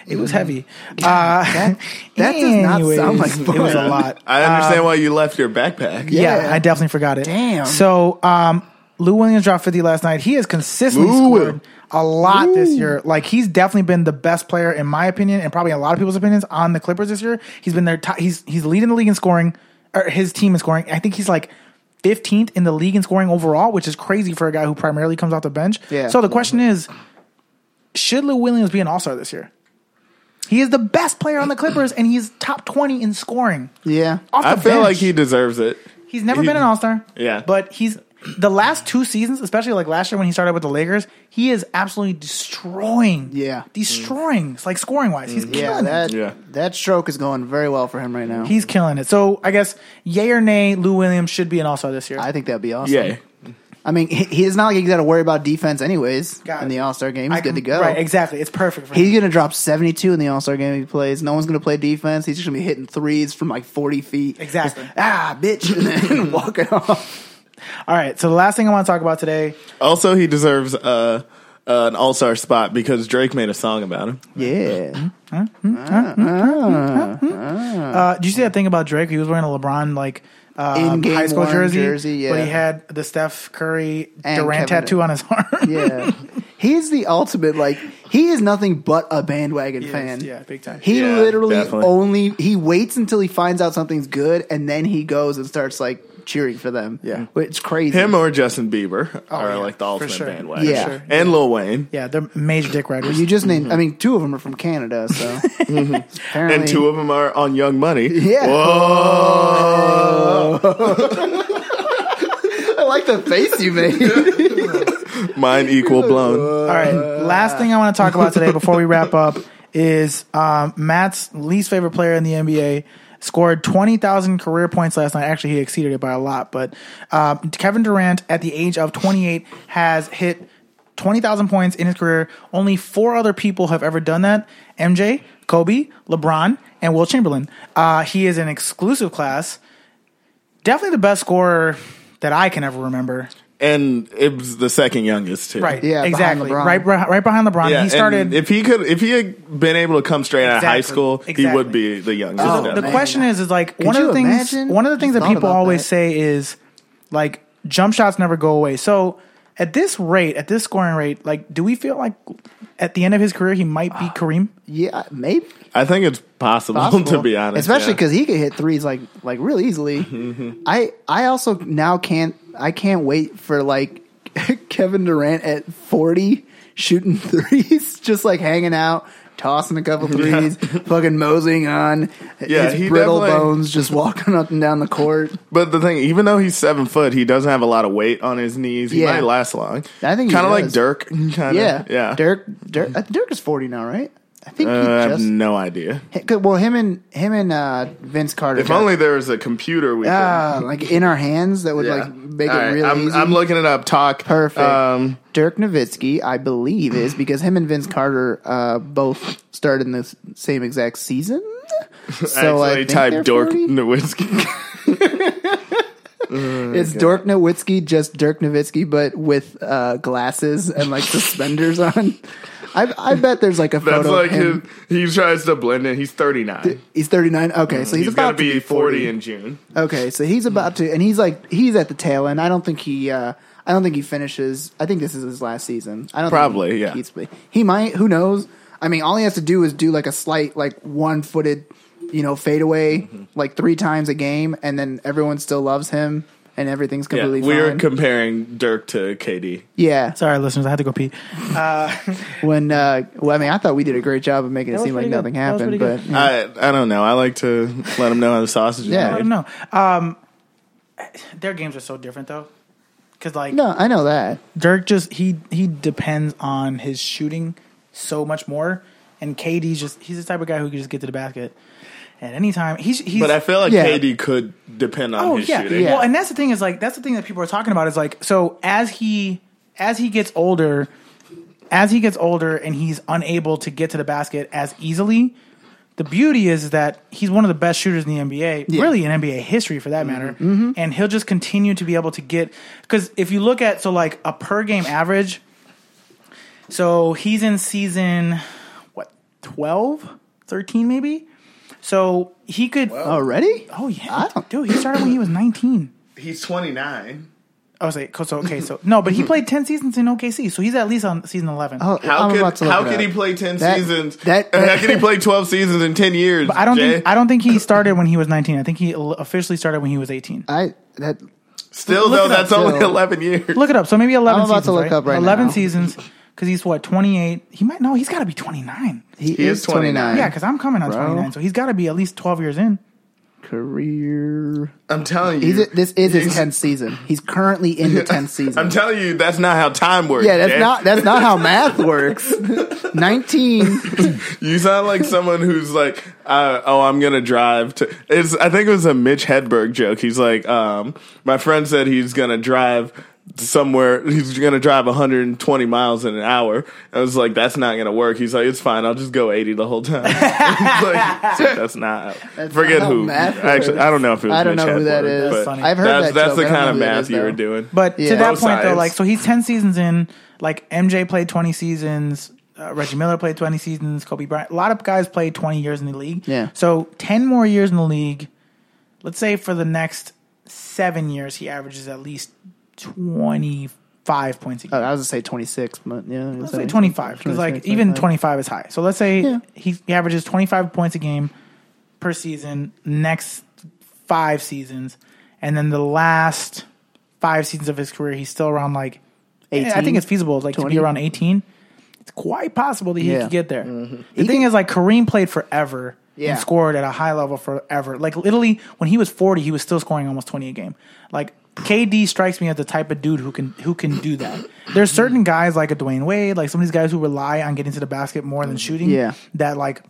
B: It was heavy. Uh, that
C: Hmm. that does not sound like
B: it was a
C: fun.
B: lot.
A: I understand why you left your backpack.
B: uh, Yeah.
C: Yeah.
B: I definitely forgot it.
C: Damn.
B: So, um, Lou Williams dropped 50 last night. He has consistently
A: Lou.
B: scored a lot this year. Like, he's definitely been the best player, in my opinion, and probably a lot of people's opinions, on the Clippers this year. He's been their top, he's, he's leading the league in scoring, or his team in scoring. I think he's like 15th in the league in scoring overall, which is crazy for a guy who primarily comes off the bench.
C: Yeah.
B: So, the question is should Lou Williams be an all star this year? He is the best player on the Clippers, and he's top 20 in scoring.
C: yeah.
B: Off the
A: I feel
B: bench.
A: like he deserves it.
B: He's never
A: He-
B: been an All Star.
A: Yeah.
B: But he's the last two seasons, especially like last year when he started with the Lakers, he is absolutely destroying.
C: Yeah. Mm,
B: Destroying. It's like scoring wise. He's
C: Yeah,
B: killing it.
C: that
A: Yeah.
C: that stroke is going very well for him right now.
B: He's killing it. So I guess yay or nay, Lou Williams should be an All Star this year.
C: I think that'd be awesome.
A: Yeah.
C: I mean, he, he's not like he's got to worry about defense anyways
B: Got
C: in
B: it.
C: the All Star game. He's
B: I
C: good
B: can-
C: to go.
B: Right, exactly. It's perfect for him.
C: He's gonna drop seventy two in the All Star game if he plays. No one's gonna play defense. He's just gonna be hitting threes from like forty feet.
B: Exactly.
C: Just, ah, bitch, and then walking off.
B: All right. So the last thing I want to talk about today.
A: Also, he deserves uh, uh, an all star spot because Drake made a song about him.
C: Yeah.
B: Uh, did you see that thing about Drake? He was wearing a LeBron like um,
C: In-game
B: high school
C: worn
B: jersey,
C: jersey, yeah.
B: but he had the Steph Curry
C: And
B: Durant
C: Kevin-
B: tattoo on his arm.
C: Yeah. He's the ultimate, like, he is nothing but a bandwagon
B: is,
C: fan.
B: yeah, big time.
C: He
A: Yeah,
C: literally
A: definitely.
C: only, he waits until he finds out something's good and then he goes and starts, like, cheering for them.
B: Yeah. Oh,
C: It's crazy.
A: Him or Justin Bieber are
B: yeah,
A: like the
B: for
A: ultimate
B: sure.
A: bandwagon.
C: Yeah.
B: sure.
A: And Lil Wayne.
B: yeah, they're major dick riders.
C: you just named, I mean, two of them are from Canada, so. Apparently.
A: Mm-hmm. And two of them are on Young Money.
C: Yeah.
A: Whoa.
C: I like the face you made.
A: Mine equal blown.
B: All right. Last thing I want to talk about today before we wrap up is um, Matt's least favorite player in the NBA scored 20,000 career points last night. Actually, he exceeded it by a lot. But um, Kevin Durant, at the age of 28, has hit 20,000 points in his career. Only four other people have ever done that MJ, Kobe, LeBron, and Will Chamberlain. Uh, he is an exclusive class. Definitely the best scorer that I can ever remember.
A: And it was the second youngest, too.
B: Right.
C: Yeah, behind
B: Exactly.
C: LeBron.
B: Right. Right behind LeBron.
A: Yeah,
B: he started.
A: and if he could, if he had been able to come straight out of high
B: Exactly.
A: school, he would
B: Exactly.
A: be the youngest.
C: Oh,
A: Yeah.
B: the
C: man.
B: question is, is like one of
C: you
B: the things.
C: imagine?
B: One of the things
C: Just
B: that
C: thought
B: people
C: about
B: always
C: that.
B: say is like jump shots never go away. So at this rate, at this scoring rate, like do we feel like at the end of his career he might
C: Ah.
B: be Kareem?
C: yeah, maybe.
A: I think it's possible,
C: possible.
A: to be honest, yeah.
C: especially
A: Mm-hmm.
C: because he could hit threes like like real easily. I I also now can't I can't wait for like Kevin Durant at forty shooting threes, just like hanging out, tossing a couple threes, fucking moseying on
A: Yeah,
C: his
A: he
C: brittle
A: definitely-
C: bones, just walking up and down the court.
A: But the thing, even though he's seven foot, he doesn't have a lot of weight on his knees. He
C: Yeah.
A: might last long.
C: I think he
A: kind of like
C: does.
A: Dirk. Kinda.
C: yeah,
A: yeah.
C: Dirk Dirk I think Dirk is forty now, right? I think
A: Uh, I
C: he
A: have
C: just.
A: no idea.
C: hi- good- Well, him and him and uh, Vince Carter.
A: If only there was a computer we
C: uh, like in our hands that would
A: could. Yeah.
C: like make
A: All
C: it
A: right,
C: really
A: I'm,
C: easy.
A: I'm looking it up. Talk
C: Perfect.
A: Um,
C: Dirk Nowitzki, I believe, is because him and Vince Carter uh, both started in the s- same exact season. So
A: actually,
C: I
A: type
C: type
A: Dork
C: Dirk.
A: Nowitzki.
C: It's Dirk Nowitzki, just Dirk Nowitzki, but with uh, glasses and like suspenders on. I, I bet there's like a photo.
A: That's
C: of
A: like his,
C: him.
A: he tries to blend in. He's 39.
C: He's 39. Okay, so he's,
A: he's
C: about
A: gonna be
C: to be 40.
A: 40 in June. Hmm.
C: Okay, so he's about to, and he's like he's at the tail end. I don't think he. Uh, I I don't think he finishes. I think this is his last season. I don't
A: Probably,
C: Think
A: yeah.
C: Keats play- he might. Who knows? I mean, all he has to do is do like a slight, like one footed, you know, fadeaway,
A: Mm-hmm.
C: like three times a game, and then everyone still loves him, and everything's
A: Yeah,
C: completely
A: we were
C: fine.
A: comparing Dirk to KD.
C: yeah.
B: Sorry, listeners, I had to go pee.
C: When uh, well, I mean, I thought we did a great job of making it
B: That was
C: seem like
B: pretty good.
C: nothing
B: That was
C: happened,
B: pretty
C: but
B: good.
A: I I don't know. I like to let them know how the sausage is
C: Mm-hmm. Yeah.
B: I
A: made.
B: don't know. Um, their games are so different though, because like
C: no, I know that.
B: Dirk just he he depends on his shooting so much more, and KD's just he's the type of guy who can just get to the basket at any time. He's he's
A: But I feel like
C: Yeah.
A: KD could depend on
B: oh
A: his
B: yeah.
A: shooting.
C: Yeah.
B: well and that's the thing is like that's the thing that people are talking about is like so as he as he gets older as he gets older and he's unable to get to the basket as easily the beauty is that he's one of the best shooters in the NBA, really in NBA history for that matter. And he'll just continue to be able to get because if you look at so like a per game average, so he's in season what 12, 13 maybe. So he could
C: Already?
B: oh yeah,
C: I don't-
B: dude, he started when he was nineteen.
A: He's 29.
B: I was like, Oh, so okay, so no, but he played ten seasons in OKC, so he's at least on season eleven.
C: Oh,
A: How
C: I'm about
A: could
C: to look
A: how
C: it
A: could
C: up.
A: he play 10
C: That-
A: seasons?
C: that-
A: how could he play 12 seasons in 10 years?
B: I don't
A: Jay?
B: think I don't think he started when he was nineteen. I think he l- officially started when he was eighteen.
C: I that
A: Still
B: Look
A: though,
B: it up,
A: that's only
C: Joe.
A: 11 years.
B: Look it up. So maybe eleven.
C: I'm about
B: seasons,
C: to look
B: right?
C: up right
B: Eleven
C: now.
B: seasons because he's what twenty eight. He might no, he's got to be twenty nine.
C: he,
A: He
C: is
A: is 29.
C: 29.
B: Yeah, because I'm coming on
C: Bro.
B: twenty nine, so he's got to be at least twelve years in.
C: career.
A: I'm telling you.
C: He's this is his
A: he's-
C: tenth season. He's currently in the tenth season.
A: I'm telling you that's not how time works.
C: yeah, that's
A: Jay.
C: not that's not how math works. Nineteen. oh,
A: You sound like someone who's like, uh, oh, I'm gonna drive to. It's I think it was a Mitch Hedberg joke. He's like, um, my friend said he's gonna drive somewhere. He's gonna drive 120 miles in an hour. I was like, that's not gonna work. He's like, it's fine. I'll just go 80 the whole time. It's like, it's like, that's not. forget
C: not how
A: who.
C: math
A: Actually, I don't know if it was.
C: I don't
A: Mitch
C: know who that
A: Hedberg,
C: is.
A: but
B: That's funny.
C: I've heard
A: that's,
C: that.
A: That's
C: joke.
A: the
C: I don't
A: kind
C: know
A: of
C: who it
A: math
C: is,
A: you were
C: though.
A: doing.
B: But
C: Yeah.
B: to that
A: Both
B: point, though,
A: sides.
B: like so he's ten seasons in. Like MJ played twenty seasons. Uh, Reggie Miller played twenty seasons. Kobe Bryant. A lot of guys played twenty years in the league.
C: Yeah.
B: So ten more years in the league. Let's say for the next seven years, he averages at least twenty five points a game.
C: Oh, I was gonna say twenty six, but yeah,
B: Let's say 25 because like even 25 is high. So let's say
C: Yeah.
B: he, he averages 25 points a game per season next five seasons, and then the last five seasons of his career he's still around like 18, I
C: 18?
B: think it's feasible like to
C: 20?
B: be around 18. It's quite possible that he
C: Yeah.
B: could get there. The thing is like Kareem played forever.
C: Yeah.
B: And scored at a high level forever. Like literally, when he was forty, he was still scoring almost twenty a game. Like KD strikes me as the type of dude who can who can do that. There's certain guys like a Dwayne Wade, like some of these guys who rely on getting to the basket more than shooting.
C: Yeah.
B: That like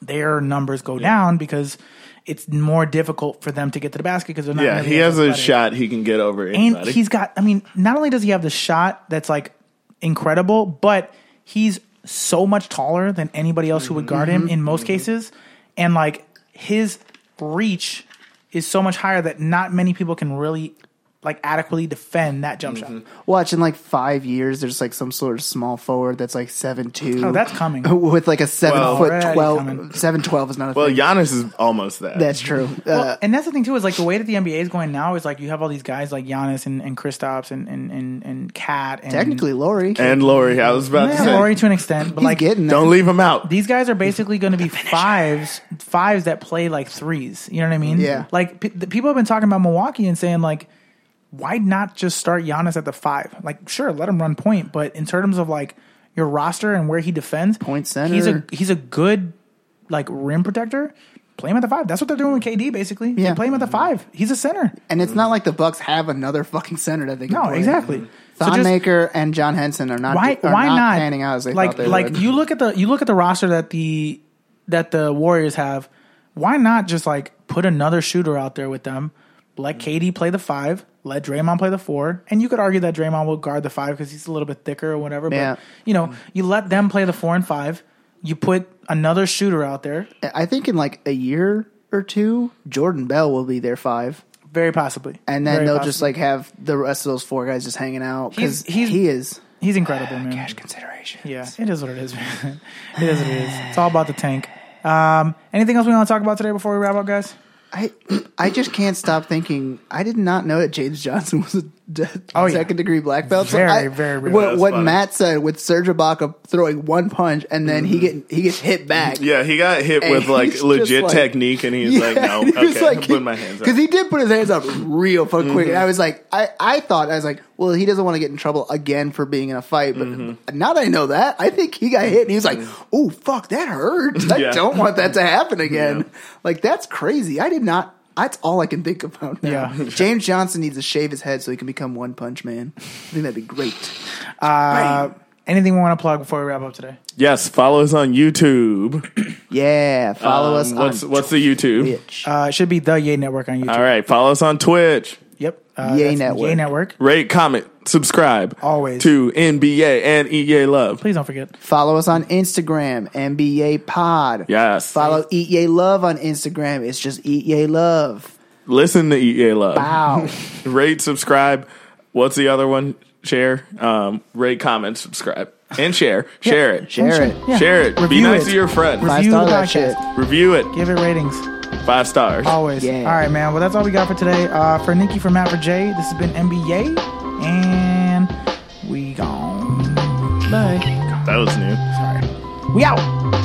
B: their numbers go down because it's more difficult for them to get to the basket because they're not.
A: yeah,
B: nearly
A: he
B: as
A: has a
B: athletic.
A: shot. He can get over
B: And
A: anybody.
B: he's got, I mean, not only does he have the shot that's like incredible, but he's so much taller than anybody else who would guard him in most cases. And like his reach is so much higher that not many people can really like adequately defend that jump shot.
C: watch in like five years, there's like some sort of small forward that's like seven two.
B: Oh, that's coming.
C: with like a seven
A: Well-
C: foot
B: Already
C: twelve.
B: coming.
C: Seven twelve is not a
A: well,
C: thing.
A: Giannis is almost that.
C: That's true. uh,
B: Well, and that's the thing too is like the way that the NBA is going now is like you have all these guys like Giannis and and Kristaps and and and and Kat and
C: technically, Lori,
A: and Lori, I was about to
B: yeah,
A: say.
B: Lori to an extent, but
C: he's
B: like
C: getting there.
A: Don't leave him out.
B: these guys are basically going to be fives, fives that play like threes. You know what I mean?
C: Yeah.
B: Like p- the people have been talking about Milwaukee and saying like, why not just start Giannis at the five? Like, sure, let him run point, but in terms of like your roster and where he defends,
C: Point
B: he's a
C: center.
B: he's a good like rim protector. Play him at the five. That's what they're doing with KD basically. They
C: Yeah.
B: play him at the five. He's a center.
C: And it's not like the Bucks have another fucking center that they can
B: No,
C: play.
B: exactly. So
C: Thon
B: just-
C: Maker and John Henson are not
B: why
C: are
B: why
C: not,
B: not,
C: panning out as they
B: like
C: thought they
B: like
C: would.
B: you look at the you look at the roster that the that the Warriors have. Why not just like put another shooter out there with them?
C: Mm.
B: Let KD play the five. Let Draymond play the four. And you could argue that Draymond will guard the five because he's a little bit thicker or whatever. But
C: Yeah. Mm.
B: you know, you let them play the four and five. You put another shooter out there,
C: I think in like a year or two, Jordan Bell will be their five,
B: very possibly.
C: and then
B: Very
C: they'll
B: possibly.
C: just like have the rest of those four guys just hanging out because
B: He's- he's-
C: he is
B: he's incredible, man.
C: cash consideration.
B: Yeah, it is what it is. man. it is what it is. It's all about the tank. Um, anything else we want to talk about today before we wrap up, guys?
C: I I just can't stop thinking. I did not know that James Johnson was a de-
B: Oh, yeah.
C: second degree black belt.
B: Very,
C: I-
B: very real.
A: That's
C: What, what
A: funny.
C: Matt said with Serge Ibaka throwing one punch and then he
B: Mm-hmm.
C: get he gets hit back.
A: Yeah, he got hit
C: And
A: with like
C: he's
A: legit
C: just like-
A: technique, and he's like, "No,
C: and he was
A: okay,
C: like-
A: put my hands up." Mm-hmm.
C: Because he did put his hands up real fucking quick. And I was like, I, I thought, I was like, well, he doesn't want to get in trouble again for being in a fight. But
A: Mm-hmm.
C: now that I know that, I think he got hit and he was like, oh, fuck, that hurt. I
A: Yeah.
C: don't want that to happen again. Like, that's crazy. I did not. That's all I can think about now.
B: Yeah.
C: James Johnson needs to shave his head so he can become One Punch Man. I think that'd be great.
B: Uh, anything we want to plug before we wrap up today?
A: yes, follow us on YouTube.
C: Yeah, follow us
A: Um, what's
C: on
A: what's the YouTube?
C: Twitch.
B: Uh, it should be the Yay Network on YouTube.
A: All right, follow us on Twitch.
B: Yep. Uh,
C: Yay
B: that's the
C: Network.
B: Yay Network.
A: Rate, comment, subscribe.
B: Always.
A: to NBA and EA Love.
B: Please don't forget.
C: Follow us on Instagram, NBA Pod.
A: Yes.
C: Follow Eat Yay Love on Instagram. It's just Eat Yay Love.
A: Listen to EA Love.
C: Wow.
A: Rate, subscribe. What's the other one? Share. Um, rate, comment, subscribe, and share. Share it.
C: Share it.
B: Yeah.
A: Share it. Be
B: Review
A: nice
B: it.
A: to your friends.
C: Five
B: Review
C: star
B: the
C: that
B: podcast.
C: shit.
A: Review it.
B: Give it ratings.
A: Five stars.
B: Always.
C: Yeah.
B: All right, man. Well, that's all we got for today. Uh, for Nikki, for Matt, for Jay, this has been NBA, and we gone. Bye.
A: That was new.
B: Sorry. We out.